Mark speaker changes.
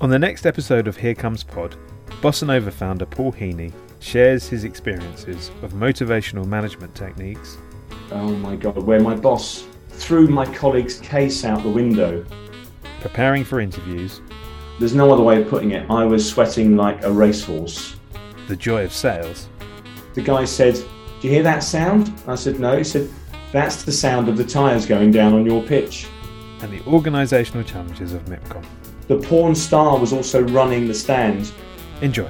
Speaker 1: On the next episode of Here Comes Pod, Bossa Nova founder Paul Heaney shares his experiences of motivational management techniques.
Speaker 2: Oh my God, where my boss threw my colleague's case out the window.
Speaker 1: Preparing for interviews.
Speaker 2: There's no other way of putting it. I was sweating like a racehorse.
Speaker 1: The joy of sales.
Speaker 2: The guy said, Do you hear that sound? I said, No. He said, That's the sound of the tyres going down on your pitch.
Speaker 1: And the organisational challenges of MIPCOM.
Speaker 2: The porn star was also running the stand.
Speaker 1: Enjoy.